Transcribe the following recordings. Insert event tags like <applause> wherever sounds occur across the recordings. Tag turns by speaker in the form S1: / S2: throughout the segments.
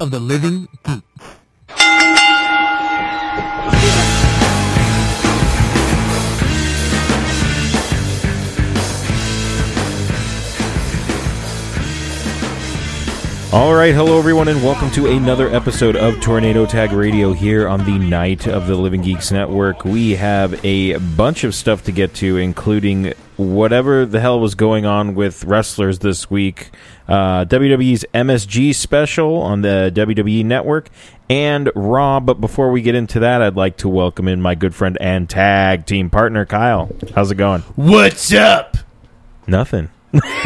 S1: of the living poop.
S2: All right, hello everyone, and welcome to another episode of Tornado Tag Radio here on the night of the Living Geeks Network. We have a bunch of stuff to get to, including whatever the hell was going on with wrestlers this week, uh, WWE's MSG special on the WWE Network, and Raw. But before we get into that, I'd like to welcome in my good friend and tag team partner, Kyle. How's it going?
S3: What's up?
S2: Nothing.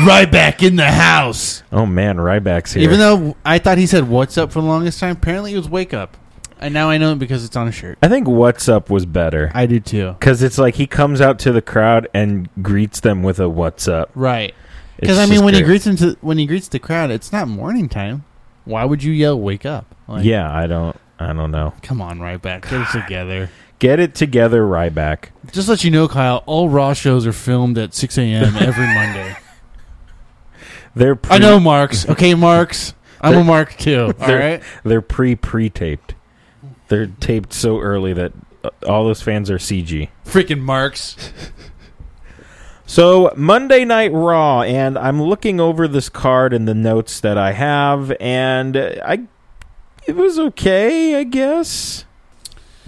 S3: Right back in the house.
S2: Oh man, Ryback's here.
S3: Even though I thought he said "What's up" for the longest time, apparently it was "Wake up," and now I know it because it's on a shirt.
S2: I think What's Up was better.
S3: I do too.
S2: Because it's like he comes out to the crowd and greets them with a "What's up?"
S3: Right?
S2: It's
S3: Because I mean,
S2: just
S3: when he
S2: great.
S3: greets him to, when he greets the crowd, it's not morning time. Why would you yell "Wake up"? Like,
S2: yeah, I don't, I don't know.
S3: Come on, right back. Get it together.
S2: Get it together, Ryback.
S3: Just let you know, Kyle. All Raw shows are filmed at 6 a.m.
S2: <laughs>
S3: every Monday.
S2: They're pre-
S3: I know, Marks. Okay, Marks. I'm a Mark too. All
S2: They're-
S3: right.
S2: They're pre pre taped. They're taped so early that uh, all those fans are CG.
S3: Freaking Marks.
S2: So Monday Night Raw, and I'm looking over this card and the notes that I have, and uh, I, it was okay, I guess. <laughs>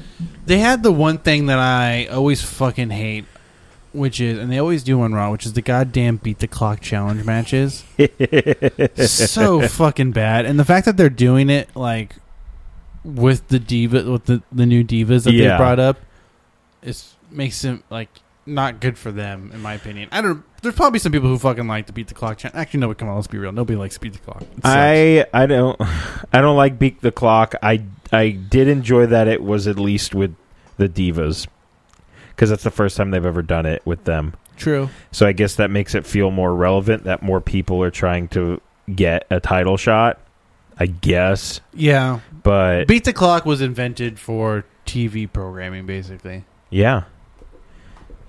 S3: They had the one thing that I always fucking hate, which is, and they always do on Raw, which is the goddamn beat the clock challenge
S2: <laughs>
S3: matches. so fucking bad, and the fact that they're doing it like with the diva, with the the new divas that
S2: Yeah.
S3: they brought up, it makes them like not good for them, in my opinion. I don't. There's probably some people who fucking like to beat the clock challenge. Actually, no, but come on, let's be real. Nobody likes to beat the clock. It sucks.
S2: I I don't <laughs> I don't like beat the clock. I I did enjoy that it was at least with the divas because that's the first time they've ever done it with them.
S3: true.
S2: So I guess that makes it feel more relevant that more people are trying to get a title shot. I guess,
S3: Yeah,
S2: but
S3: beat the clock was invented for TV programming, basically.
S2: yeah,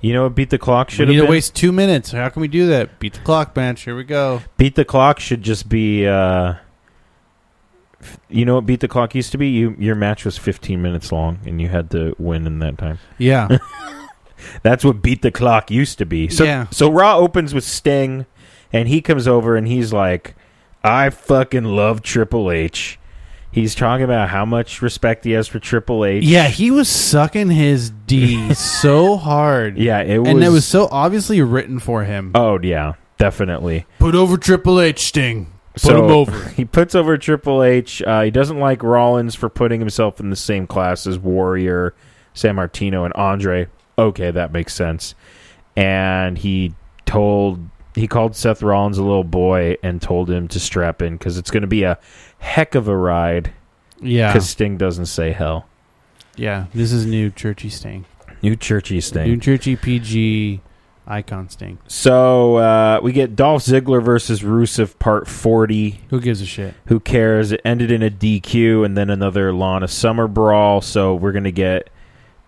S2: you know what beat the clock should
S3: we need
S2: have
S3: to
S2: been?
S3: waste two minutes. How can we do that? Beat the clock, match. Here we go.
S2: beat the clock should just be. uh f- you know what beat the clock used to be? You your match was 15 minutes long and you had to win in that time.
S3: Yeah,
S2: That's what beat the clock used to be. So
S3: Yeah.
S2: so Raw opens with Sting and he comes over and he's like, I fucking love Triple H. He's talking about how much respect he has for Triple
S3: <laughs>
S2: H.
S3: yeah. He was sucking his
S2: <laughs>
S3: D so hard,
S2: Yeah, it was
S3: and it was so obviously written for him.
S2: Oh yeah, definitely.
S3: Put over Triple H, Sting. Put
S2: So-
S3: him over.
S2: He puts over Triple H. Uh, he doesn't like Rollins for putting himself in the same class as Warrior, San Martino, and Andre. Okay, that makes sense. And he told he called Seth Rollins a little boy and told him to strap in because it's going to be a heck of a ride.
S3: Yeah,
S2: Because Sting doesn't say hell.
S3: yeah. This is new churchy Sting.
S2: New churchy Sting.
S3: New churchy PG icon Sting.
S2: so uh, we get Dolph Ziggler versus Rusev Part Forty.
S3: Who gives a shit?
S2: who cares? It ended in a DQ and then another Lana Summer brawl. So we're gonna get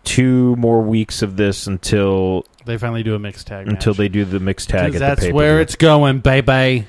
S2: two more weeks of this until
S3: They finally do a mixed tag
S2: until
S3: match.
S2: they do the mixed tag. At
S3: 'Cause
S2: the
S3: that's
S2: pay-per-view.
S3: where it's going, baby.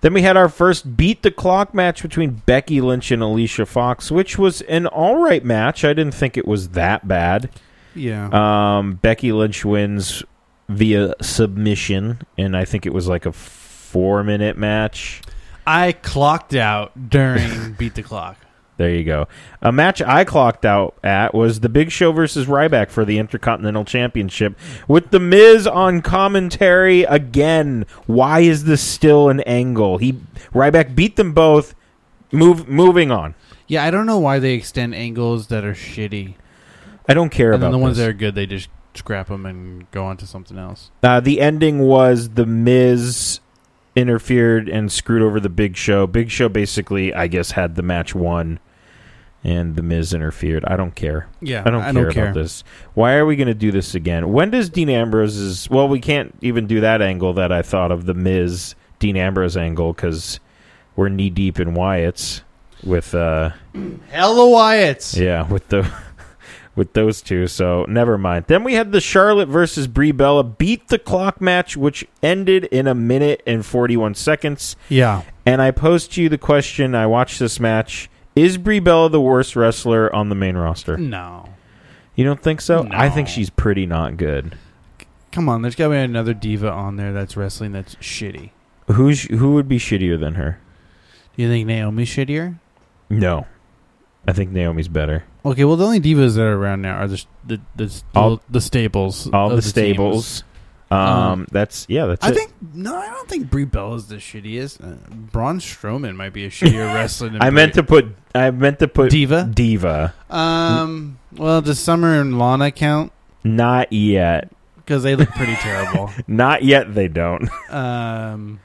S2: Then we had our first beat the clock match between Becky Lynch and Alicia Fox, which was an all right match. I didn't think it was that bad.
S3: Yeah.
S2: Um, Becky Lynch wins via submission, and I think it was like a four minute match.
S3: I clocked out
S2: <laughs>
S3: during beat the clock.
S2: There you go. A match I clocked out at was the Big Show versus Ryback for the Intercontinental Championship with The Miz on commentary again. Why is this still an angle? He Ryback beat them both. Move moving on.
S3: Yeah, I don't know why they extend angles that are shitty,
S2: I don't care
S3: and
S2: about
S3: then the ones
S2: this.
S3: that are good, they just scrap them and go on to something else.
S2: Uh, the ending was The Miz interfered and screwed over the Big Show. Big Show basically, I guess, had the match won, and The Miz interfered. I don't care.
S3: Yeah,
S2: I don't care about this. Why are we going to do this again? When does Dean Ambrose's? Well, we can't even do that angle that I thought of the Miz Dean Ambrose angle because we're knee deep in Wyatt's with uh
S3: Hella Wyatt's.
S2: yeah with the <laughs> with those two, so never mind. Then we had the Charlotte versus Brie Bella beat the clock match, which ended in a minute and 41 seconds.
S3: Yeah.
S2: And I posed to you the question I watched this match Is Brie Bella the worst wrestler on the main roster?
S3: No.
S2: You don't think so?
S3: No.
S2: I think she's pretty not good.
S3: Come on, there's got to be another diva on there that's wrestling that's shitty.
S2: Who's who would be shittier than her?
S3: Do you think Naomi's shittier?
S2: No. I think Naomi's better.
S3: Okay, well, the only divas that are around now are the the the,
S2: All-
S3: the stables.
S2: All
S3: of
S2: the,
S3: teams.
S2: stables. Um,
S3: Um,
S2: that's yeah, that's
S3: I
S2: it.
S3: think no, I don't think Brie Bella's the shittiest. Uh, Braun Strowman might be a
S2: <laughs>
S3: shittier wrestler. Than
S2: I
S3: Brie.
S2: meant to put I meant to put Mm.
S3: diva.
S2: Diva.
S3: Um. Well, does Summer and Lana count?
S2: Not yet.
S3: Because they look
S2: <laughs>
S3: pretty terrible.
S2: Not yet they don't.
S3: Um.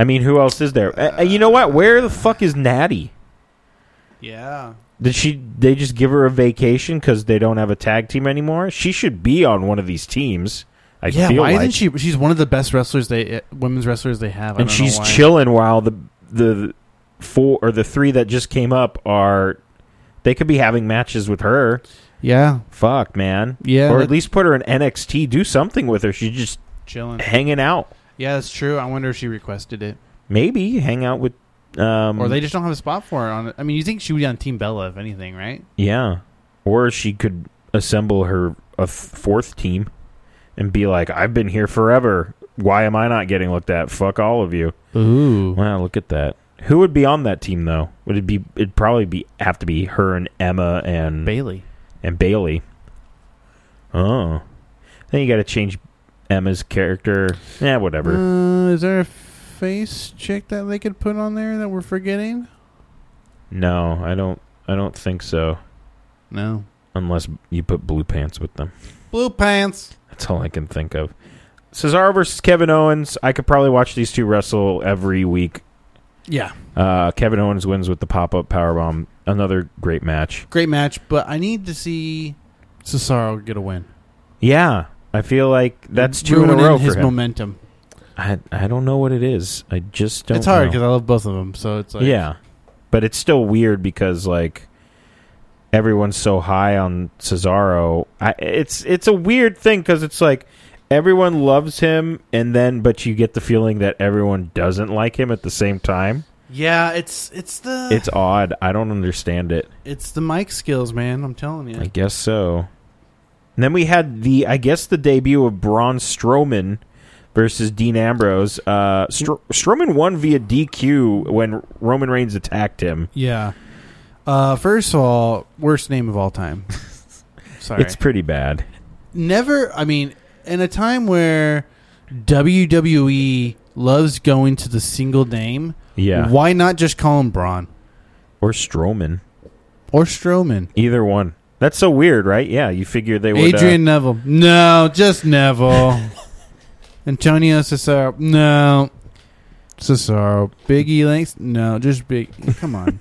S2: I mean, who else is there? Uh, uh, you know what? Where the fuck is Natty?
S3: Yeah.
S2: Did she they just give her a vacation cuz they don't have a tag team anymore? She should be on one of these teams. I
S3: yeah.
S2: feel
S3: Why
S2: like.
S3: isn't she? She's one of the best wrestlers they uh, women's wrestlers they have. I
S2: and
S3: don't know
S2: she's
S3: why.
S2: chilling while the the four or the three that just came up are they could be having matches with her.
S3: Yeah.
S2: Fuck, man.
S3: Yeah.
S2: or
S3: that-
S2: at least put her in NXT. Do something with her. She's just
S3: chilling.
S2: hanging out.
S3: Yeah, that's true. I wonder if she requested it,
S2: Maybe hang out with. Um,
S3: or they just don't have a spot for her on. it. I mean, you think she would be on Team Bella if anything, right?
S2: Yeah, or she could assemble her a f- fourth team and be like, "I've been here forever. Why am I not getting looked at? Fuck all of you."
S3: Ooh.
S2: Wow, look at that. Who would be on that team though? Would it be? It'd probably be have to be her and Emma and
S3: Bailey.
S2: and Bailey. Oh, then you got to change Emma's character. Yeah, whatever.
S3: Uh, is there a face chick that they could put on there that we're forgetting?
S2: No, I don't. I don't think so.
S3: No.
S2: Unless you put blue pants with them.
S3: Blue pants.
S2: That's all I can think of. Cesaro versus Kevin Owens. I could probably watch these two wrestle every week.
S3: Yeah.
S2: Uh, Kevin Owens wins with the pop up powerbomb. Another great match.
S3: Great match, but I need to see Cesaro get a win.
S2: Yeah, I feel like that's two in a
S3: Ruining
S2: row
S3: His
S2: for him.
S3: momentum.
S2: I I don't know what it is. I just don't.
S3: it's hard
S2: know.
S3: because I love both of them, so it's like
S2: yeah, but it's still weird because like everyone's so high on Cesaro. I, it's it's a weird thing because it's like everyone loves him, and then but you get the feeling that everyone doesn't like him at the same time.
S3: yeah. It's it's the
S2: It's odd. I don't understand it.
S3: it's the mic skills, man. I'm telling you.
S2: I guess so. And then we had the I guess the debut of Braun Strowman versus Dean Ambrose. Uh, Stro- Strowman won via DQ when Roman Reigns attacked him.
S3: yeah. Uh, first of all, worst name of all time.
S2: <laughs>
S3: Sorry.
S2: It's pretty bad.
S3: never i mean in a time where wwe loves going to the single name
S2: Yeah.
S3: why not just call him braun
S2: or Strowman.
S3: or strowman
S2: Either one. That's so weird, right? Yeah, you figure they would. uh,
S3: adrian neville no just
S2: <laughs>
S3: neville antonio cesaro no cesaro big e links no just big come
S2: <laughs>
S3: on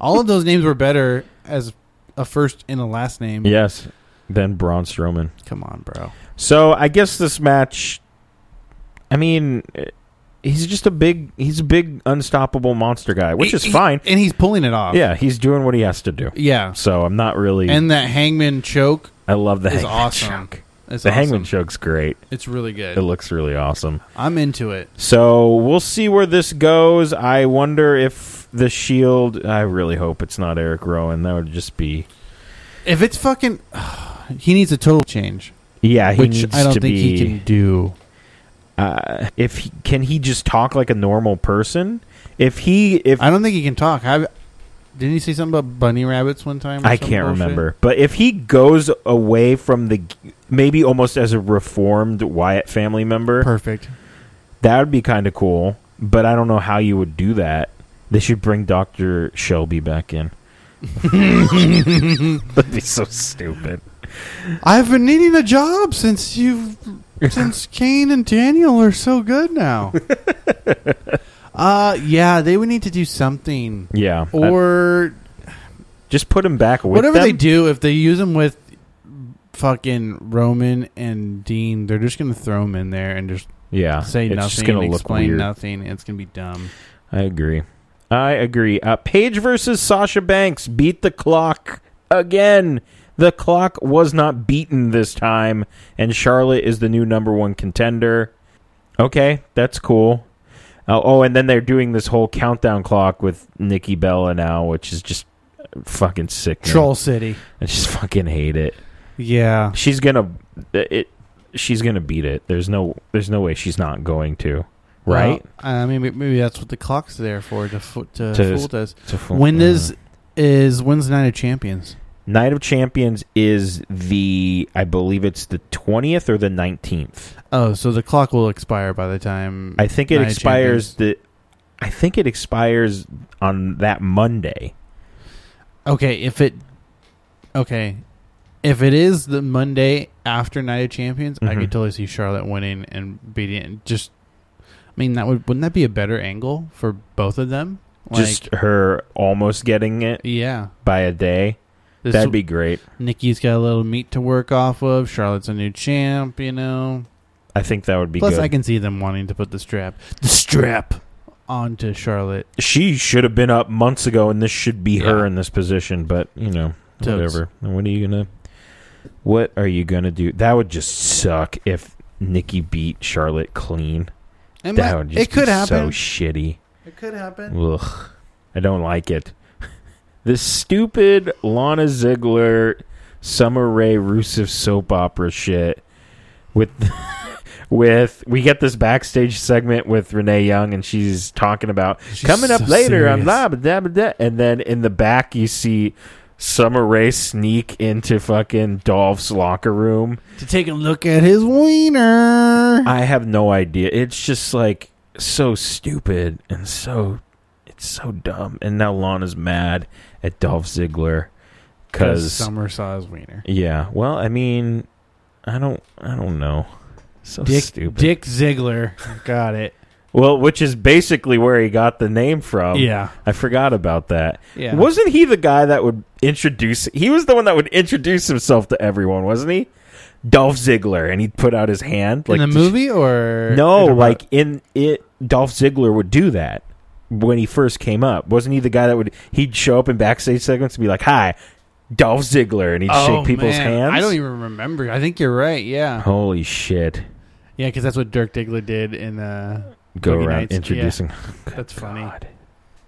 S3: all of those names were better as a first and a last name
S2: yes. Then Braun Strowman.
S3: come on bro
S2: So I guess this match. I mean, eh, he's just a big. He's a big unstoppable monster guy, which
S3: He-
S2: is
S3: he-
S2: fine.
S3: and he's pulling it off
S2: Yeah, he's doing what he has to do.
S3: yeah
S2: So I'm not really.
S3: and that hangman choke
S2: I love the
S3: is
S2: hangman
S3: awesome.
S2: choke.
S3: is
S2: The
S3: awesome.
S2: hangman choke's great.
S3: It's really good.
S2: It looks really awesome.
S3: I'm into it.
S2: So we'll see where this goes. I wonder if the Shield. I really hope it's not Eric Rowan. That would just be.
S3: If it's fucking, <sighs> he needs a total change,
S2: Yeah, he
S3: which
S2: needs
S3: I don't
S2: to
S3: think
S2: be.
S3: he can do.
S2: uh, if he, can he just talk like a normal person? If he if I,
S3: I don't think he can talk. I, didn't he say something about bunny rabbits one time? or some
S2: can't
S3: bullshit?
S2: remember, but if he goes away from the g- maybe almost as a reformed Wyatt family member,
S3: Perfect.
S2: that would be kind of cool. But I don't know how you would do that. They should bring Doctor Shelby
S3: <laughs>
S2: back in. <laughs> That'd be so stupid.
S3: I've been needing a job since
S2: <laughs>
S3: you, since Kane and Daniel are so good
S2: <laughs>
S3: now. uh, yeah, they would need to do something
S2: Yeah, I-
S3: or
S2: just put him back with
S3: whatever
S2: them.
S3: they do. If they use him with fucking Roman and Dean, they're just gonna throw him in there and just.
S2: yeah,
S3: say
S2: Uh, it's
S3: nothing,
S2: just gonna look
S3: explain
S2: weird.
S3: nothing. It's gonna be dumb.
S2: I agree. I agree. Uh, Paige versus Sasha Banks beat the clock again. The clock was not beaten this time, and Charlotte is the new number one contender. Okay, that's cool. Oh, oh, and then they're doing this whole countdown clock with Nikki Bella now, which is just fucking sick.
S3: Troll City.
S2: I just fucking hate it.
S3: Yeah.
S2: She's gonna it. She's gonna beat it. There's no. There's no way she's not going to. Right.
S3: Well, I mean, may- maybe that's what the clock's there for to fo- to,
S2: To-
S3: fool us.
S2: It's a fu-
S3: When
S2: uh,
S3: is is when's Night of Champions?
S2: Night of Champions is the I believe it's the twentieth or the nineteenth.
S3: Oh, so the clock will expire by the time.
S2: I think it
S3: Night of
S2: expires the. I think it expires on that Monday.
S3: okay, if it. Okay, if it is the Monday after Night of Champions, I
S2: Mhm.
S3: could totally see Charlotte winning and beating. and Just, I mean, that would wouldn't that be a better angle for both of them? Like,
S2: Just her almost getting it
S3: yeah,
S2: by a day.
S3: This-
S2: That'd be great.
S3: Nikki's got a little meat to work off of. Charlotte's a new champ, you know.
S2: I think that would be
S3: Plus,
S2: good.
S3: I can see them wanting to put the strap, the strap, onto Charlotte.
S2: she should have been up months ago, and this should be her
S3: Yeah.
S2: in this position. But you know,
S3: Totes.
S2: whatever. And what are you gonna? What are you gonna do? That would just suck if Nikki beat Charlotte clean.
S3: It,
S2: That
S3: might-
S2: would just
S3: it could
S2: be so
S3: happen.
S2: shitty.
S3: it could happen.
S2: Ugh, I don't like it. <laughs> this stupid Lana Ziegler, Summer Rae, Rusev soap opera shit. With, <laughs> with we get this backstage segment with Renee Young, and she's talking about
S3: She's
S2: coming up
S3: so
S2: later on
S3: serious.
S2: blah blah blah blah, blah. and then in the back you see Summer Rae sneak into fucking Dolph's locker room.
S3: to take a look at his wiener.
S2: I have no idea. It's just like so stupid and so it's so dumb. And now Lana's mad at Dolph Ziggler because
S3: Summer saw his wiener.
S2: yeah. Well, I mean, I don't, I don't know. So
S3: Dick,
S2: stupid.
S3: Dick Ziggler, got it.
S2: Well, which is basically where he got the name from.
S3: yeah,
S2: I forgot about that.
S3: yeah.
S2: Oh. Wasn't he the guy that would introduce? He was the one that would introduce himself to everyone, wasn't he? Dolph Ziggler, and he'd put out his hand
S3: in the
S2: to-
S3: movie or
S2: No, like in it, Dolph Ziggler would do that when he first came up. Wasn't he the guy that would he'd show up in backstage segments and be like, "Hi, Dolph Ziggler," and he'd shake people's hands.
S3: Oh, I don't even remember. I think you're right. Yeah,
S2: Holy shit!
S3: yeah, because that's what Dirk Diggler did in. Uh,
S2: Go
S3: Boogie
S2: around
S3: Nights,
S2: introducing.
S3: that's funny.
S2: God.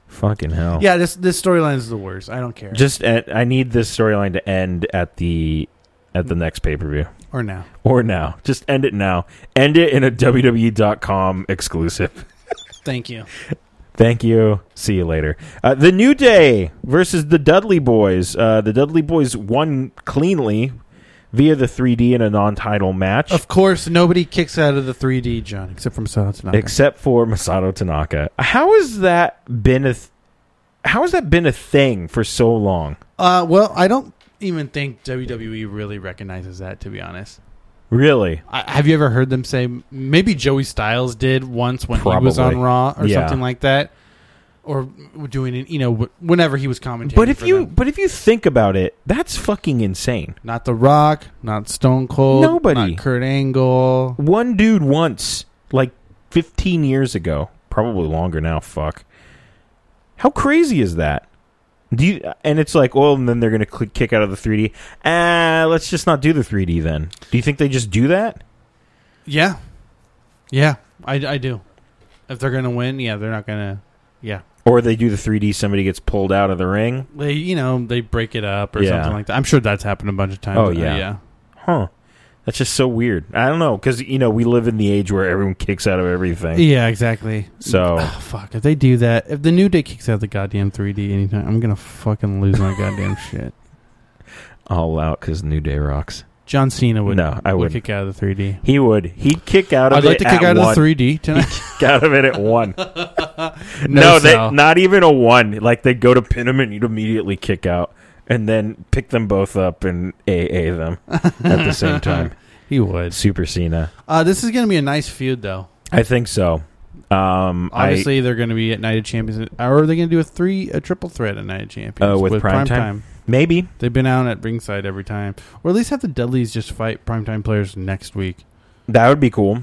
S2: Fucking hell.
S3: Yeah, this this storyline is the worst. I don't care.
S2: Just at, I need this storyline to end at the at the next pay per view
S3: or now.
S2: or now. Just end it now. End it in a WWE.com exclusive.
S3: Thank you.
S2: Thank you. See you later. Uh, the New Day versus the Dudley Boys. Uh, the Dudley Boys won cleanly via the 3D in a non-title match,
S3: Of course, nobody kicks out of the 3D, John, except from South Tanaka.
S2: except for Masato Tanaka. How has that been a? Th- how has that been a thing for so long?
S3: uh, well, I don't even think WWE really recognizes that, to be honest.
S2: Really?
S3: I, have you ever heard them say maybe Joey Styles did once when he was
S2: Probably.
S3: on Raw or
S2: Yeah.
S3: something like that, or doing it, you know, wh- whenever he was commentating.
S2: But if
S3: for
S2: you
S3: them.
S2: but if you think about it, that's fucking insane.
S3: not The Rock, not Stone Cold,
S2: Nobody.
S3: not Kurt Angle,
S2: One dude once, like 15 years ago, probably longer now. Fuck. How crazy is that? Do you, and it's like, well, and then they're gonna click, kick out of the 3D. Ah, let's just not do the 3D then. Do you think they just do that?
S3: yeah, yeah, I, I do. If they're gonna win, yeah, they're not gonna, yeah.
S2: Or they do the 3D, somebody gets pulled out of the ring?
S3: they you know they break it up or
S2: Yeah.
S3: something like that. I'm sure that's happened a bunch of times.
S2: Oh,
S3: Uh,
S2: yeah. Huh. That's just so weird. I don't know because you know we live in the age where everyone kicks out of
S3: yeah,
S2: everything.
S3: yeah, exactly.
S2: So
S3: Oh, fuck, if they do that, if the new day kicks out the goddamn 3D anytime, I'm gonna fucking lose my
S2: <laughs>
S3: goddamn shit.
S2: all out because New Day rocks.
S3: John Cena would
S2: No, I
S3: would
S2: wouldn't.
S3: kick out of the 3D.
S2: He would. He'd kick out of
S3: I'd
S2: it.
S3: like to kick out
S2: at one.
S3: of the 3D tonight.
S2: <laughs>
S3: <laughs>
S2: Kick out of it at one.
S3: no,
S2: No, they,
S3: sell.
S2: not even a one. Like they go to pin him and you'd immediately kick out, and then pick them both up and AA them at the <laughs> same time.
S3: he would.
S2: Super Cena,
S3: Uh, this is gonna be a nice feud though.
S2: I think so. Um, I,
S3: Obviously, they're gonna be at Night of Champions, or are they gonna do a three, a triple threat at Night of Champions?
S2: Oh, with Primetime? maybe
S3: They've been out at ringside every time, or at least have the Dudleys just fight primetime players next week.
S2: that would be cool.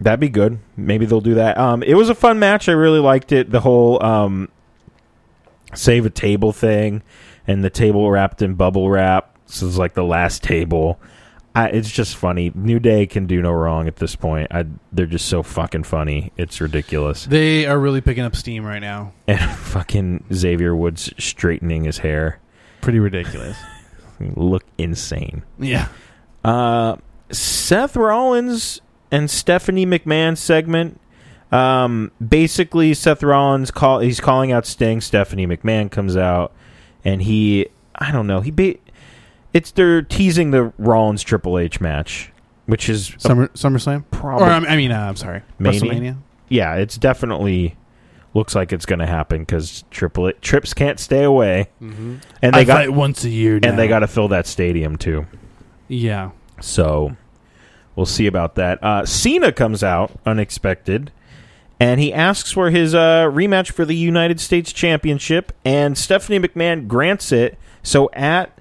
S2: That'd be good. Maybe they'll do that. Um, it was a fun match. I really liked it. The whole um, save a table thing, and the table wrapped in bubble wrap. This is like the last table. I, it's just funny. New Day can do no wrong at this point. I, they're just so fucking funny. It's ridiculous. <laughs>
S3: They are really picking up steam right now.
S2: And fucking Xavier Woods straightening his hair.
S3: Pretty ridiculous.
S2: Look insane.
S3: <laughs> yeah.
S2: Uh, Seth Rollins and Stephanie McMahon segment. Um, basically, Seth Rollins call he's calling out Sting. Stephanie McMahon comes out, and he I don't know he ba- it's they're teasing the Rollins Triple H match, which is a
S3: Summer SummerSlam.
S2: prob-
S3: Or I'm- I mean, uh, I'm sorry.
S2: Mania?
S3: WrestleMania.
S2: yeah, it's definitely looks like it's going to happen because Triple H, trips can't stay away,
S3: Mm-hmm.
S2: and they
S3: I
S2: got
S3: fight once a year. now.
S2: and they got to fill that stadium too.
S3: yeah.
S2: So we'll see about that. Uh, Cena comes out unexpected, and he asks for his uh, rematch for the United States Championship, and Stephanie McMahon grants it. So at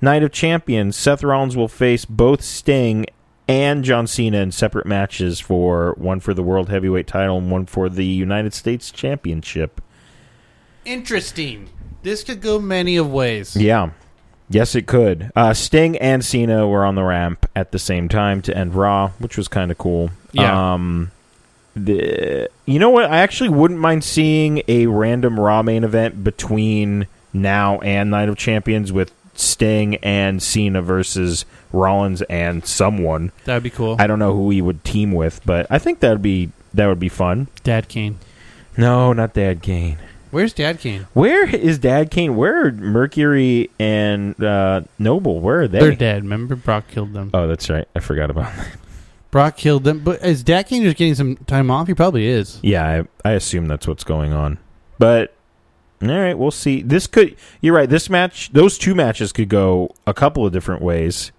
S2: Night of Champions, Seth Rollins will face both Sting and John Cena in separate matches for one for the World Heavyweight Title and one for the United States Championship.
S3: Interesting. This could go many of ways.
S2: Yeah. Yes, it could. Uh, Sting and Cena were on the ramp at the same time to end Raw, which was kind of cool.
S3: Yeah.
S2: Um, the, you know what? I actually wouldn't mind seeing a random Raw main event between now and Night of Champions with Sting and Cena versus Rollins and someone.
S3: That would be cool.
S2: I don't know who he would team with, but I think that'd be that would be fun.
S3: Dad Kane.
S2: No, not Dad Kane.
S3: Where's Dad Kane?
S2: Where is Dad Kane? Where are Mercury and uh, Noble? Where are they?
S3: They? are dead. Remember, Brock killed them.
S2: Oh, that's right. I forgot about. That. <laughs>
S3: Brock killed them. But is Dad Kane just getting some time off? He probably is.
S2: Yeah, I, I assume that's what's going on. But all right, we'll see. This could. You're right. This match, those two matches could go a couple of different ways.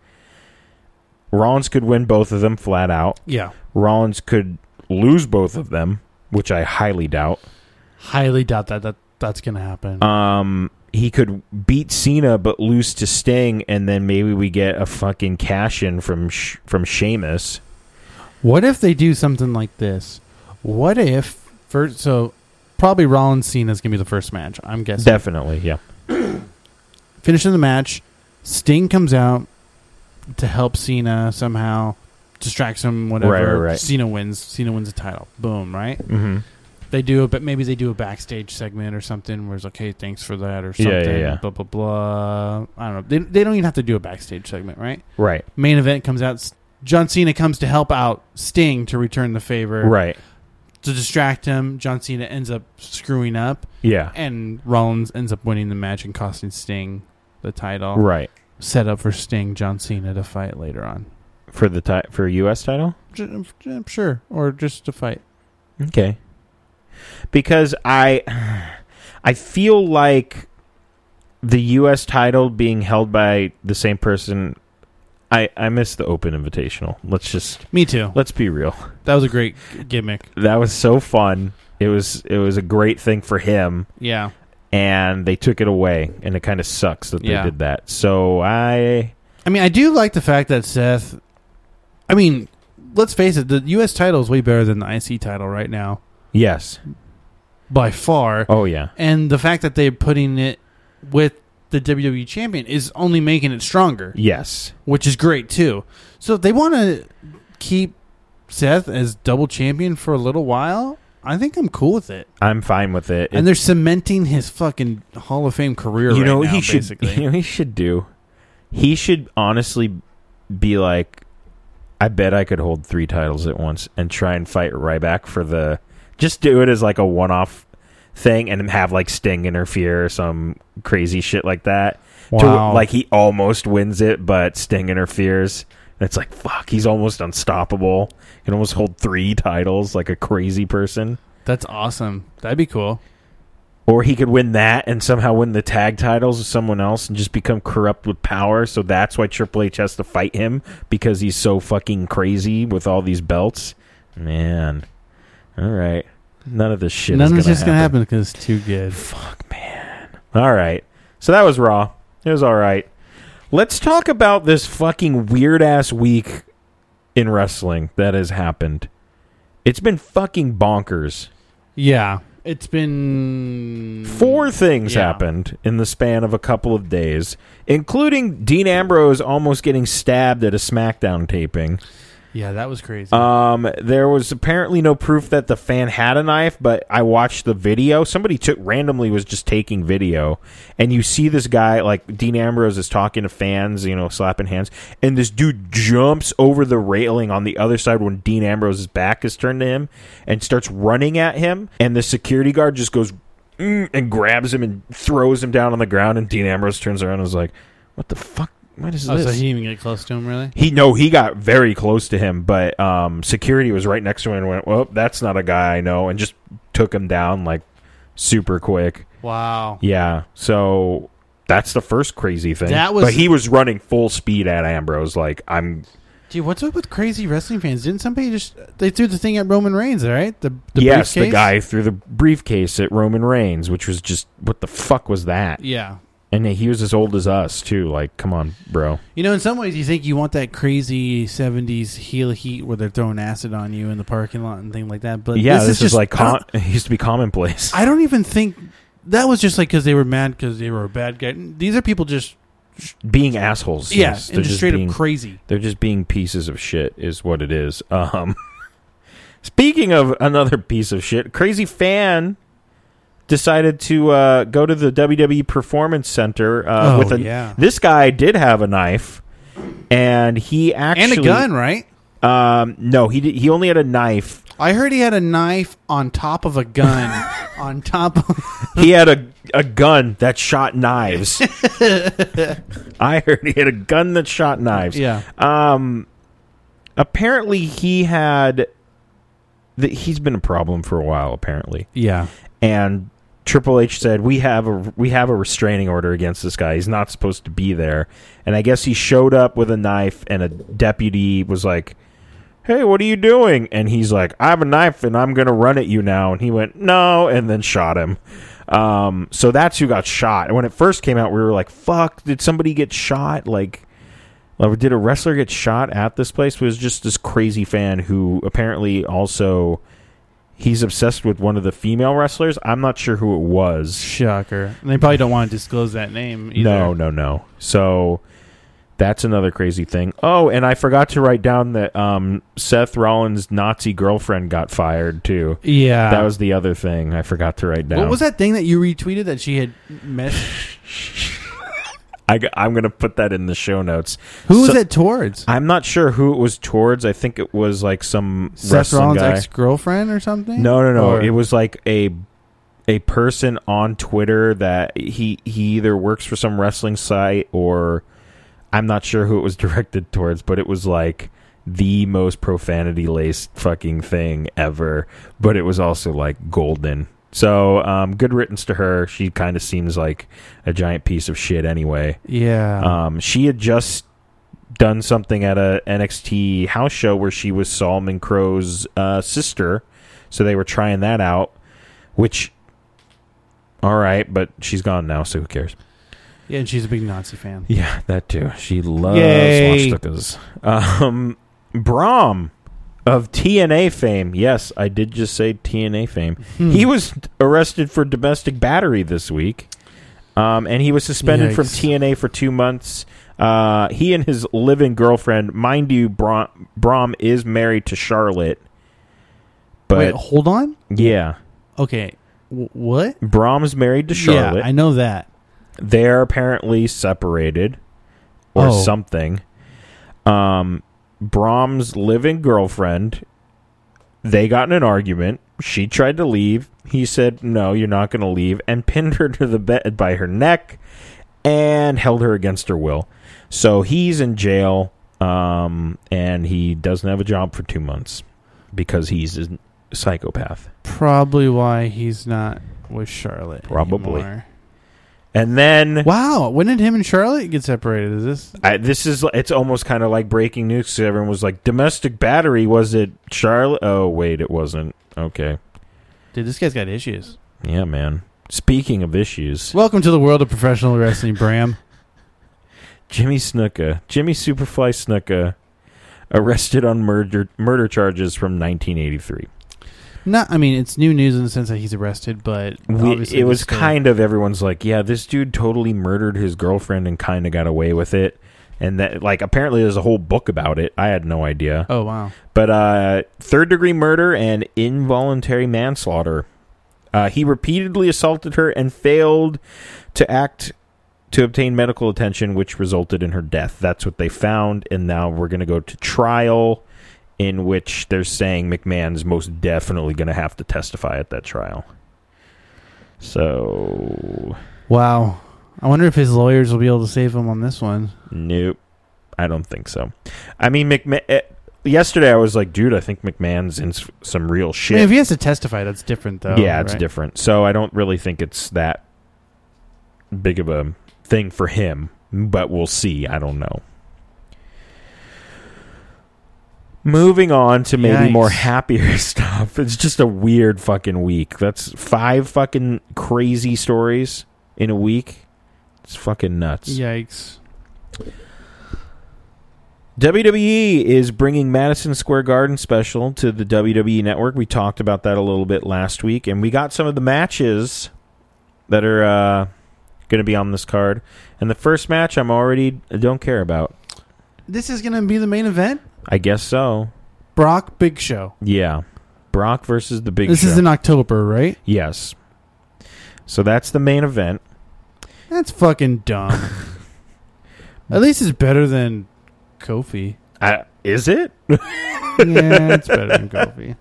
S2: Rollins could win both of them flat out.
S3: Yeah.
S2: Rollins could lose both of them, which I highly doubt.
S3: Highly doubt that, that that's going to happen.
S2: Um, he could beat Cena but lose to Sting, and then maybe we get a fucking cash in from Sh- from Sheamus.
S3: What if they do something like this? What if first? So probably Rollins Cena's gonna be the first match. I'm guessing.
S2: Definitely, yeah.
S3: Finishing the match, Sting comes out to help Cena somehow, distracts him. Whatever.
S2: Right, right, right.
S3: Cena wins. Cena wins the title. Boom. Right.
S2: Mm-hmm.
S3: They do it, but maybe they do a backstage segment or something where it's like, "Hey, thanks for that," or something.
S2: Yeah, yeah, yeah.
S3: Blah blah blah. I don't know. They they don't even have to do a backstage segment, right?
S2: Right,
S3: Main event comes out. S- John Cena comes to help out Sting to return the favor.
S2: right,
S3: to distract him. John Cena ends up screwing up,
S2: yeah,
S3: and Rollins ends up winning the match and costing Sting the title.
S2: right.
S3: Set up for Sting John Cena to fight later on.
S2: For the ti- for U.S. title.
S3: J- j- Sure, or just to fight.
S2: Okay. Because I <sighs> I feel like the US title being held by the same person I I miss the open invitational. Let's just
S3: Me too.
S2: let's be real.
S3: That was a great g- gimmick.
S2: That was so fun. It was it was a great thing for him
S3: Yeah,
S2: and they took it away and it kind of sucks that they
S3: Yeah.
S2: did that. So I
S3: I mean, I do like the fact that Seth. I mean, let's face it, the U.S. title is way better than the IC title right now
S2: yes.
S3: by far,
S2: Oh yeah.
S3: and the fact that they're putting it with the WWE champion is only making it stronger.
S2: Yes.
S3: which is great too. So if they want to keep Seth as double champion for a little while, I think I'm cool with it.
S2: I'm fine with it.
S3: and they're cementing his fucking Hall of Fame career.
S2: you
S3: right
S2: know what
S3: now,
S2: he should <laughs>
S3: basically.
S2: you know what he should do he should honestly be like i bet i could hold three titles at once and try and fight ryback for the just do it as like a one-off thing and have like sting interfere or some crazy shit like that To-
S3: Wow.
S2: like he almost wins it but sting interferes and it's like fuck he's almost unstoppable he can almost hold three titles like a crazy person
S3: That's awesome. That'd be cool.
S2: or he could win that and somehow win the tag titles with someone else and just become corrupt with power. So that's why Triple H has to fight him because he's so fucking crazy with all these belts. Man, all right, none of this shit.
S3: None
S2: is
S3: of this
S2: gonna
S3: is
S2: happen.
S3: gonna happen because it's too good.
S2: Fuck, man. All right, so that was Raw. It was all right. Let's talk about this fucking weird ass week in wrestling that has happened. It's been fucking bonkers.
S3: Yeah, It's been
S2: Four things
S3: Yeah.
S2: happened in the span of a couple of days, including Dean Ambrose almost getting stabbed at a SmackDown taping.
S3: Yeah, that was crazy. Oh,
S2: Um, there was apparently no proof that the fan had a knife, but I watched the video. Somebody took randomly was just taking video, and you see this guy like Dean Ambrose is talking to fans, you know, slapping hands, and this dude jumps over the railing on the other side when Dean Ambrose's back is turned to him, and starts running at him, and the security guard just goes "Mm," and grabs him and throws him down on the ground, and Dean Ambrose turns around and is like, "What the fuck? What is
S3: oh,
S2: this?"
S3: so he didn't even get close to him, really.
S2: He no, he got very close to him, but um, security was right next to him and went, "Well, that's not a guy I know," and just took him down like super quick.
S3: Wow.
S2: Yeah, so that's the first crazy thing.
S3: That was-
S2: but he was running full speed at Ambrose. Like I'm,
S3: Dude, what's up with crazy wrestling fans? Didn't somebody just they threw the thing at Roman Reigns, all right? The, the
S2: yes, the
S3: briefcase?
S2: guy threw the briefcase at Roman Reigns, which was just what the fuck was that?
S3: Yeah.
S2: And he was as old as us too. Like, come on, bro.
S3: You know, in some ways, you think you want that crazy '70s heel heat where they're throwing acid on you in the parking lot and thing like that. But
S2: Yeah, this, is,
S3: just,
S2: like
S3: I,
S2: com-
S3: don't,
S2: <laughs> it used to be commonplace.
S3: I don't even think that was just like because they were mad because they were a bad guy. These are people just
S2: being assholes.
S3: yeah,
S2: yes,
S3: and
S2: they're
S3: just straight
S2: being-
S3: up crazy.
S2: They're just being pieces of shit, is what it is. Um, <laughs> speaking of another piece of shit, crazy fan decided to uh, go to the WWE Performance Center uh,
S3: Oh,
S2: with a.
S3: yeah.
S2: This guy did have a knife, and he actually
S3: and a gun, right?
S2: Um, no, he did, he only had a knife.
S3: I heard he had a knife on top of a gun <laughs> on top. of...
S2: He had a a gun that shot
S3: <laughs>
S2: knives. I heard he had a gun that shot knives.
S3: Yeah,
S2: Um, apparently he had. The, he's been a problem for a while, apparently,
S3: yeah.
S2: and Triple H said we have a we have a restraining order against this guy. He's not supposed to be there, and I guess he showed up with a knife, and a deputy was like, "Hey, what are you doing?" And he's like, "I have a knife, and I'm gonna run at you now." And he went, "No," and then shot him. Um, so that's who got shot. And when it first came out, we were like, "Fuck! Did somebody get shot?" Like. Well, did a wrestler get shot at this place? It was just this crazy fan who apparently also he's obsessed with one of the female wrestlers. I'm not sure who it was.
S3: Shocker. And they probably don't want to disclose that name either.
S2: No, no, no. So that's another crazy thing. Oh, and I forgot to write down that um, Seth Rollins' Nazi girlfriend got fired too.
S3: Yeah.
S2: That was the other thing I forgot to write down.
S3: Ah. What was that thing that you retweeted that she had
S2: <laughs>
S3: messed?
S2: I, am going to put that in the show notes.
S3: Who was
S2: So-
S3: that towards?
S2: I'm not sure who it was towards. I think it was like some
S3: Seth
S2: wrestling
S3: Rollins'
S2: guy.
S3: ex girlfriend or something?
S2: No, no, no.
S3: Or-
S2: It was like a a person on Twitter that he he either works for some wrestling site or I'm not sure who it was <laughs> directed towards, but it was like the most profanity laced fucking thing ever. But it was also like golden. So um, good riddance to her. She kind of seems like a giant piece of shit anyway.
S3: Yeah.
S2: Um, she had just done something at a NXT house show where she was Solomon Crow's uh, sister, so they were trying that out. Which, all right, but she's gone now, so who cares?
S3: yeah, and she's a big Nazi fan.
S2: <laughs> Yeah, that too. She loves
S3: Yay.
S2: watchdukas. Um, Brom of TNA fame. Yes, I did just say TNA fame. He
S3: Hmm.
S2: was arrested for domestic battery this week, um, and he was suspended from
S3: Yikes.
S2: TNA for two months. Uh, he and his living girlfriend, mind you, Brom, Brom is married to Charlotte,
S3: Wait,
S2: but
S3: hold on.
S2: yeah,
S3: Okay. W- what?
S2: Brom's married to Charlotte.
S3: Yeah, I know that.
S2: They're apparently separated or
S3: Oh.
S2: something. Um, Brom's living girlfriend, they got in an argument. She tried to leave. He said, No, you're not going to leave, and <laughs> pinned her to the bed by her neck and held her against her will. So he's in jail, um, and he doesn't have a job for two months because he's a psychopath.
S3: Probably why he's not with Charlotte.
S2: Probably. <laughs>
S3: anymore.
S2: And then
S3: Wow. When did him and Charlotte get separated? Is this?
S2: I, this is it's almost kind of like breaking news 'cause everyone was like domestic battery was it charlotte oh wait it wasn't okay
S3: Dude, this guy's got issues.
S2: yeah man speaking of issues
S3: Welcome to the world of professional wrestling,
S2: <laughs>
S3: Bram.
S2: jimmy snuka jimmy superfly snuka arrested on murder murder charges from 1983
S3: Not, I mean, it's new news in the sense that he's arrested, but
S2: We-
S3: obviously
S2: it
S3: this
S2: was
S3: still-
S2: kind of everyone's like, yeah, this dude totally murdered his girlfriend and kind of got away with it. And that, like, apparently there's a whole book about it. I had no idea.
S3: Oh wow!
S2: But uh, third degree murder and involuntary manslaughter. Uh, he repeatedly assaulted her and failed to act to obtain medical attention, which resulted in her death. That's what they found. And now we're going to go to trial, in which they're saying McMahon's most definitely going to have to testify at that trial. So,
S3: Wow. I wonder if his lawyers will be able to save him on this one.
S2: Nope. I don't think so. I mean, McMahon. eh, Yesterday, I was like, dude, I think McMahon's in s- some real
S3: I
S2: shit.
S3: mean, if he has to testify, that's different, though.
S2: yeah, it's
S3: right?
S2: different. So I don't really think it's that big of a thing for him, but we'll see. I don't know. Moving on to maybe
S3: Yikes.
S2: more <laughs> happier stuff. It's just a weird fucking week. That's five fucking crazy stories in a week. It's fucking nuts.
S3: Yikes!
S2: WWE E is bringing Madison Square Garden special to the WWE network. We talked about that a little bit last week, and we got some of the matches that are uh, going to be on this card. And the first match, I'm already I don't care about.
S3: This is gonna be the main event.
S2: I guess so.
S3: Brock Big Show.
S2: Yeah, Brock versus the Big
S3: this
S2: Show.
S3: is in October, right?
S2: yes. So that's the main event.
S3: That's fucking
S2: <laughs>
S3: dumb. At least it's better than Kofi.
S2: <laughs> Uh, is it?
S3: yeah, it's better than Kofi.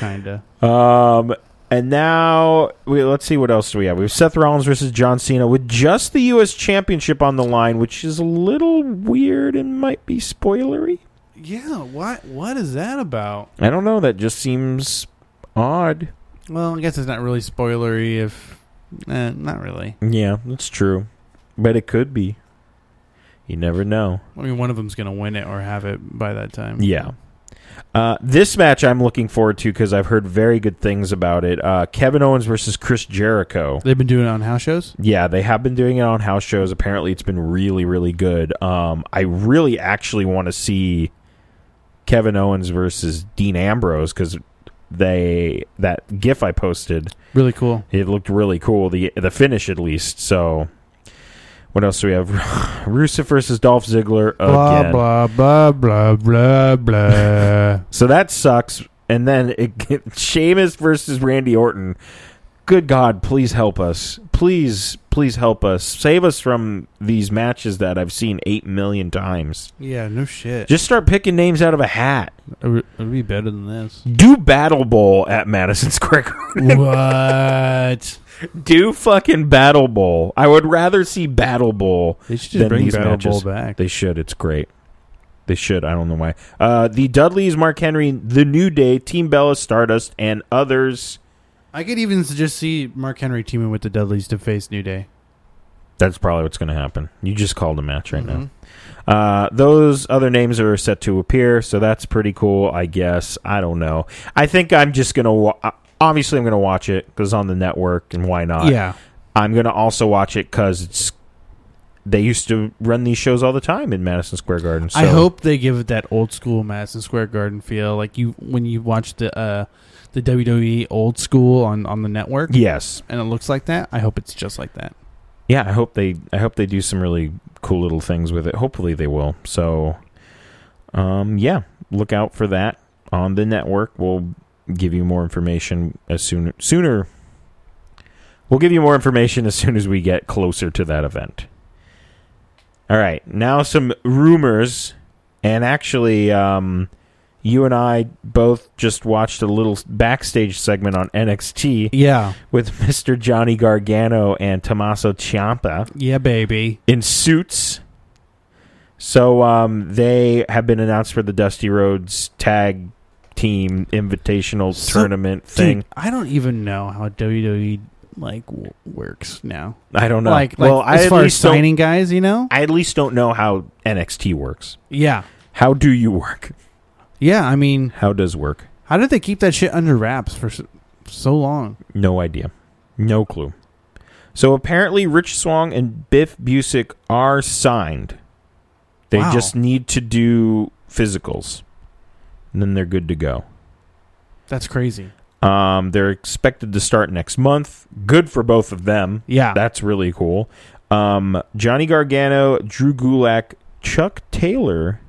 S3: Kinda.
S2: Um, and now we let's see what else do we have. We have Seth Rollins versus John Cena with just the U.S. Championship on the line, which is a little weird and might be spoilery.
S3: Yeah. What? What is that about?
S2: I don't know. That just seems odd.
S3: Well, I guess it's not really spoilery. If eh, not really.
S2: Yeah, that's true, but it could be. You never know.
S3: I mean, one of them's gonna win it or have it by that time.
S2: Yeah. Uh, this match I'm looking forward to because I've heard very good things about it. Uh, Kevin Owens versus Chris Jericho.
S3: They've been doing it on house shows.
S2: Yeah, they have been doing it on house shows. Apparently, it's been really, really good. Um, I really actually want to see Kevin Owens versus Dean Ambrose because they that GIF I posted
S3: Really cool.
S2: it looked really cool. The the finish at least. So, what else do we have? <sighs> Rusev versus Dolph Ziggler again.
S3: Blah blah blah blah blah blah.
S2: So that sucks. And then it, <laughs> Sheamus versus Randy Orton. Good God, please help us. Please, please help us. Save us from these matches that I've seen 8 million times.
S3: yeah. No shit.
S2: Just start picking names out of a hat.
S3: It would be better than this.
S2: Do Battle Bowl at Madison <laughs> Square Garden.
S3: what?
S2: Do fucking Battle Bowl. I would rather see Battle Bowl.
S3: They should
S2: Then
S3: just bring
S2: these
S3: Battle Bowl
S2: matches-
S3: back.
S2: They should. It's great. They should. I don't know why. Uh, the Dudleys, Mark Henry, The New Day, Team Bella, Stardust, and others.
S3: I could even s- just see Mark Henry teaming with the Dudleys to face New Day.
S2: That's probably what's going to happen. You just called a match right
S3: Mm-hmm.
S2: now. Uh, those other names are set to appear, so that's pretty cool, I guess. I don't know. I think I'm just going to. Wa- uh, obviously, I'm going to watch it because on the network, and why not?
S3: yeah.
S2: I'm going to also watch it because it's. They used to run these shows all the time in Madison Square Garden. So
S3: I hope they give it that old school Madison Square Garden feel, like you when you watch the uh, the WWE old school on on the network,
S2: Yes.
S3: and it looks like that. I hope it's just like that.
S2: yeah i hope they i hope they do some really cool little things with it hopefully they will so um yeah look out for that on the network we'll give you more information as soon sooner we'll give you more information as soon as we get closer to that event all right now some rumors and actually um you and I both just watched a little backstage segment on NXT
S3: Yeah,
S2: with <laughs> Mr. Johnny Gargano and Tommaso Ciampa
S3: yeah, baby.
S2: in suits. So um, they have been announced for the Dusty Roads tag team invitational
S3: So-
S2: tournament thing.
S3: Dude, I don't even know how WWE like w- works now.
S2: I don't know.
S3: Like, like
S2: well, I
S3: as
S2: at
S3: far as
S2: least don't.
S3: signing guys, you know?
S2: I at least don't know how NXT works.
S3: Yeah,
S2: How do you work?
S3: yeah. I mean,
S2: How does work?
S3: how did they keep that shit under wraps for so, so long?
S2: No idea. No clue. So apparently, Rich Swong and Biff Busick are signed. They
S3: Wow.
S2: just need to do physicals, and then they're good to go.
S3: That's crazy.
S2: Um, they're expected to start next month. Good for both of them.
S3: Yeah.
S2: That's really cool. Um, Johnny Gargano, Drew Gulak, Chuck Taylor,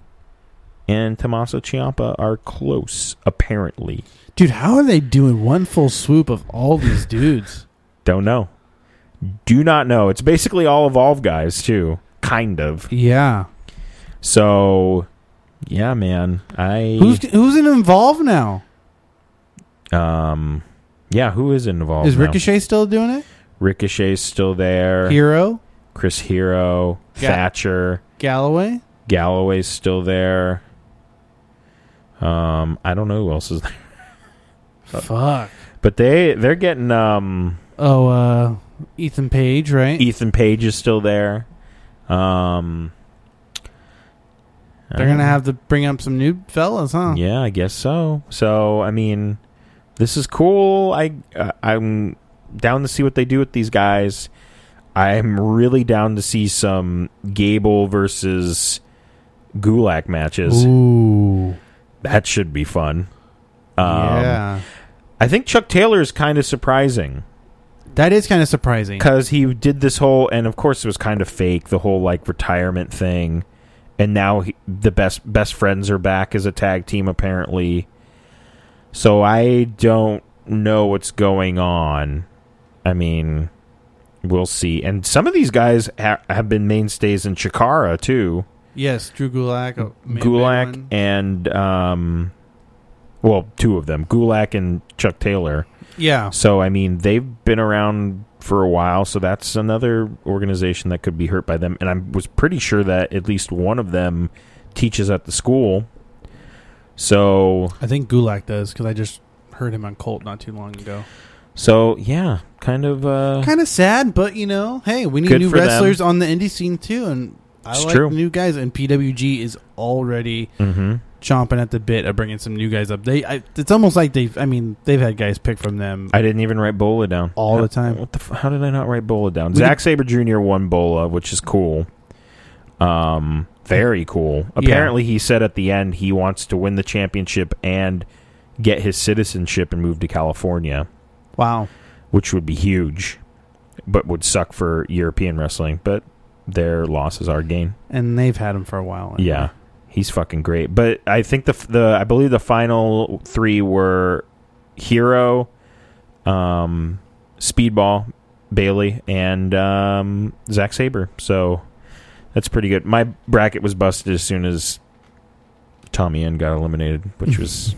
S2: and Tommaso Ciampa are close, apparently.
S3: Dude, how are they doing one full swoop of all
S2: <laughs>
S3: these dudes?
S2: Don't know. Do not know. It's basically all Evolve guys, too. Kind of.
S3: Yeah.
S2: So, yeah, man. I.
S3: Who's who's in involved now?
S2: um, yeah, who is involved?
S3: Is
S2: now?
S3: Ricochet still doing it?
S2: Ricochet's still there.
S3: Hero?
S2: Chris Hero,
S3: Yeah.
S2: Thatcher,
S3: Galloway?
S2: Galloway's still there. Um, I don't know who else is there, Uh,
S3: Fuck.
S2: but they they're getting um
S3: Oh, uh Ethan Page, right?
S2: Ethan Page is still there. Um,
S3: They're gonna have to bring up some new fellas, huh?
S2: yeah, I guess so. So I mean, this is cool. I uh, I'm down to see what they do with these guys. I'm really down to see some Gable versus Gulak matches.
S3: Ooh.
S2: That should be fun. Um,
S3: yeah.
S2: I think Chuck Taylor is kind of surprising
S3: That is kind of surprising.
S2: because he did this whole, and of course it was kind of fake, the whole like retirement thing, and now he, the best best friends are back as a tag team apparently. So I don't know what's going on. I mean, we'll see. And some of these guys ha- have been mainstays in Chikara too.
S3: Yes, Drew Gulak. Oh, man, big
S2: Gulak
S3: one.
S2: and um, well, two of them, Gulak and Chuck Taylor.
S3: Yeah.
S2: So I mean, they've been around for a while, so that's another organization that could be hurt by them. And I was pretty sure that at least one of them teaches at the school. So
S3: I think Gulak does because I just heard him on Colt not too long ago.
S2: so yeah, kind of uh
S3: Kind of sad, but you know, hey, we need
S2: Good
S3: new
S2: for them.
S3: wrestlers on the indie scene too, and I
S2: It's
S3: like
S2: true.
S3: new guys. And PWG is already
S2: mhm.
S3: chomping at the bit of bringing some new guys up. They, I, it's almost like they've. I mean, they've had guys pick from them.
S2: I didn't even write Bola down
S3: All the
S2: How-
S3: time.
S2: What the f- how did I not write Bola down?
S3: We
S2: Zack Saber Jr. won Bola, which is cool. Um, very cool. Apparently, he said at the end he wants to win the championship and get his citizenship and move to California,
S3: wow.
S2: which would be huge, but would suck for European wrestling. But their loss is our gain.
S3: And they've had him for a while. anyway.
S2: Yeah, he's fucking great. But I think the f- the I believe the final three were Hero, um, Speedball, Bailey, and um, Zack Saber. So that's pretty good. My bracket was busted as soon as Tommy N got eliminated, which was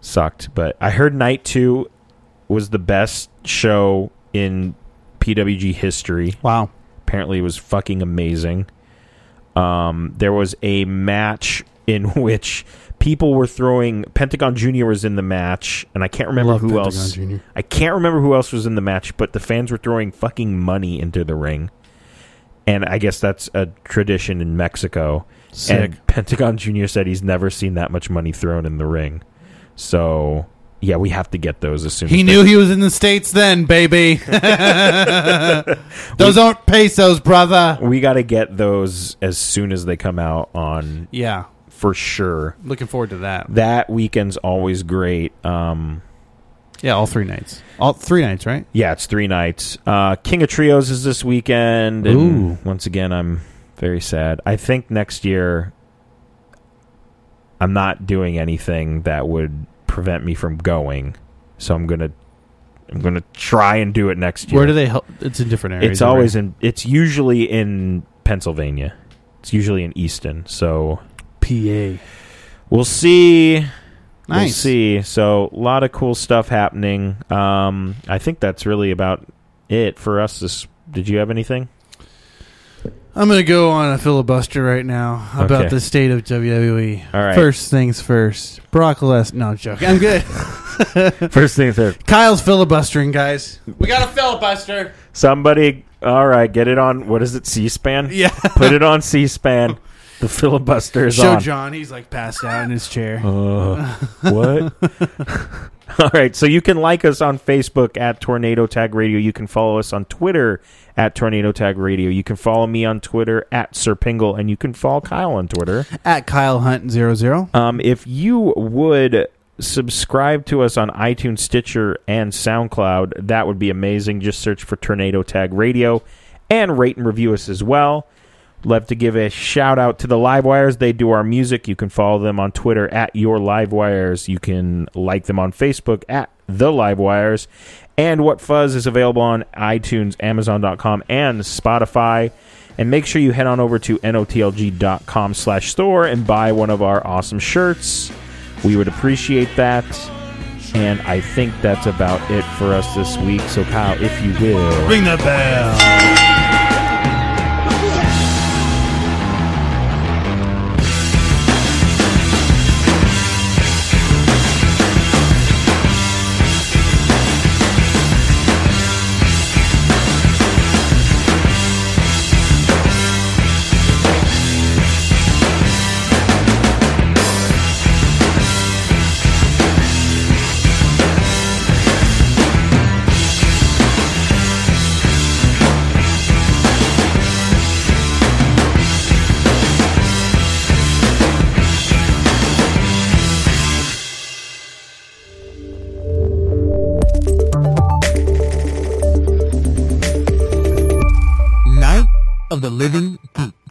S2: sucked. But I heard night two was the best show in PWG history.
S3: Wow.
S2: Apparently, it was fucking amazing. Um, there was a match in <laughs> which people were throwing. Pentagon Junior was in the match, and I can't remember
S3: Love
S2: who
S3: Pentagon
S2: else.
S3: Jr..
S2: I can't remember who else was in the match, but the fans were throwing fucking money into the ring, and I guess that's a tradition in Mexico.
S3: Sick.
S2: And Pentagon Junior said he's never seen that much money thrown in the ring. So yeah, we have to get those as soon.
S3: He
S2: as
S3: knew he was in the states then,
S2: <laughs>
S3: baby. <laughs> Those aren't pesos, brother.
S2: we got to get those as soon as they come out on
S3: Yeah,
S2: for sure.
S3: looking forward to that.
S2: That weekend's always great. Um,
S3: Yeah, all three nights. All three nights, right?
S2: yeah, it's three nights. Uh, King of Trios is this weekend. And
S3: Ooh.
S2: Once again, I'm very sad. I think next year I'm not doing anything that would prevent me from going. So I'm gonna I'm gonna try and do it next year.
S3: Where do they help? It's in different areas.
S2: It's always in. It's usually in Pennsylvania. It's usually in Easton. So
S3: PA.
S2: we'll see.
S3: Nice.
S2: We'll see. So a lot of cool stuff happening. Um, I think that's really about it for us. This. Did you have anything?
S3: I'm gonna go on a filibuster right now about
S2: Okay.
S3: the state of WWE.
S2: All right.
S3: First things first. Brock Lesnar. No I'm joking. I'm good.
S2: First thing first.
S3: <laughs> Kyle's filibustering, guys. We got a filibuster.
S2: <laughs> Somebody. All right. Get it on. What is it? C-SPAN.
S3: Yeah. <laughs>
S2: Put it on C-SPAN. <laughs> The filibuster is
S3: Show
S2: on.
S3: John. He's like passed out in his chair.
S2: Uh, what? <laughs> All right. So you can like us on Facebook at Tornado Tag Radio. You can follow us on Twitter at Tornado Tag Radio. You can follow me on Twitter at Sir Pingle, and you can follow Kyle on Twitter.
S3: At Kyle Hunt zero zero.
S2: Um, if you would subscribe to us on iTunes, Stitcher, and SoundCloud, that would be amazing. Just search for Tornado Tag Radio and rate and review us as well. Love to give a shout out to the Livewires. They do our music. You can follow them on Twitter at Your Livewires. You can like them on Facebook at The Livewires. And What Fuzz is available on iTunes, Amazon.com, and Spotify. And make sure you head on over to NOTLG.com slash store and buy one of our awesome shirts. We would appreciate that. And I think that's about it for us this week. So, Kyle, if you will.
S3: Ring the bell.
S1: Night of the Living Geek.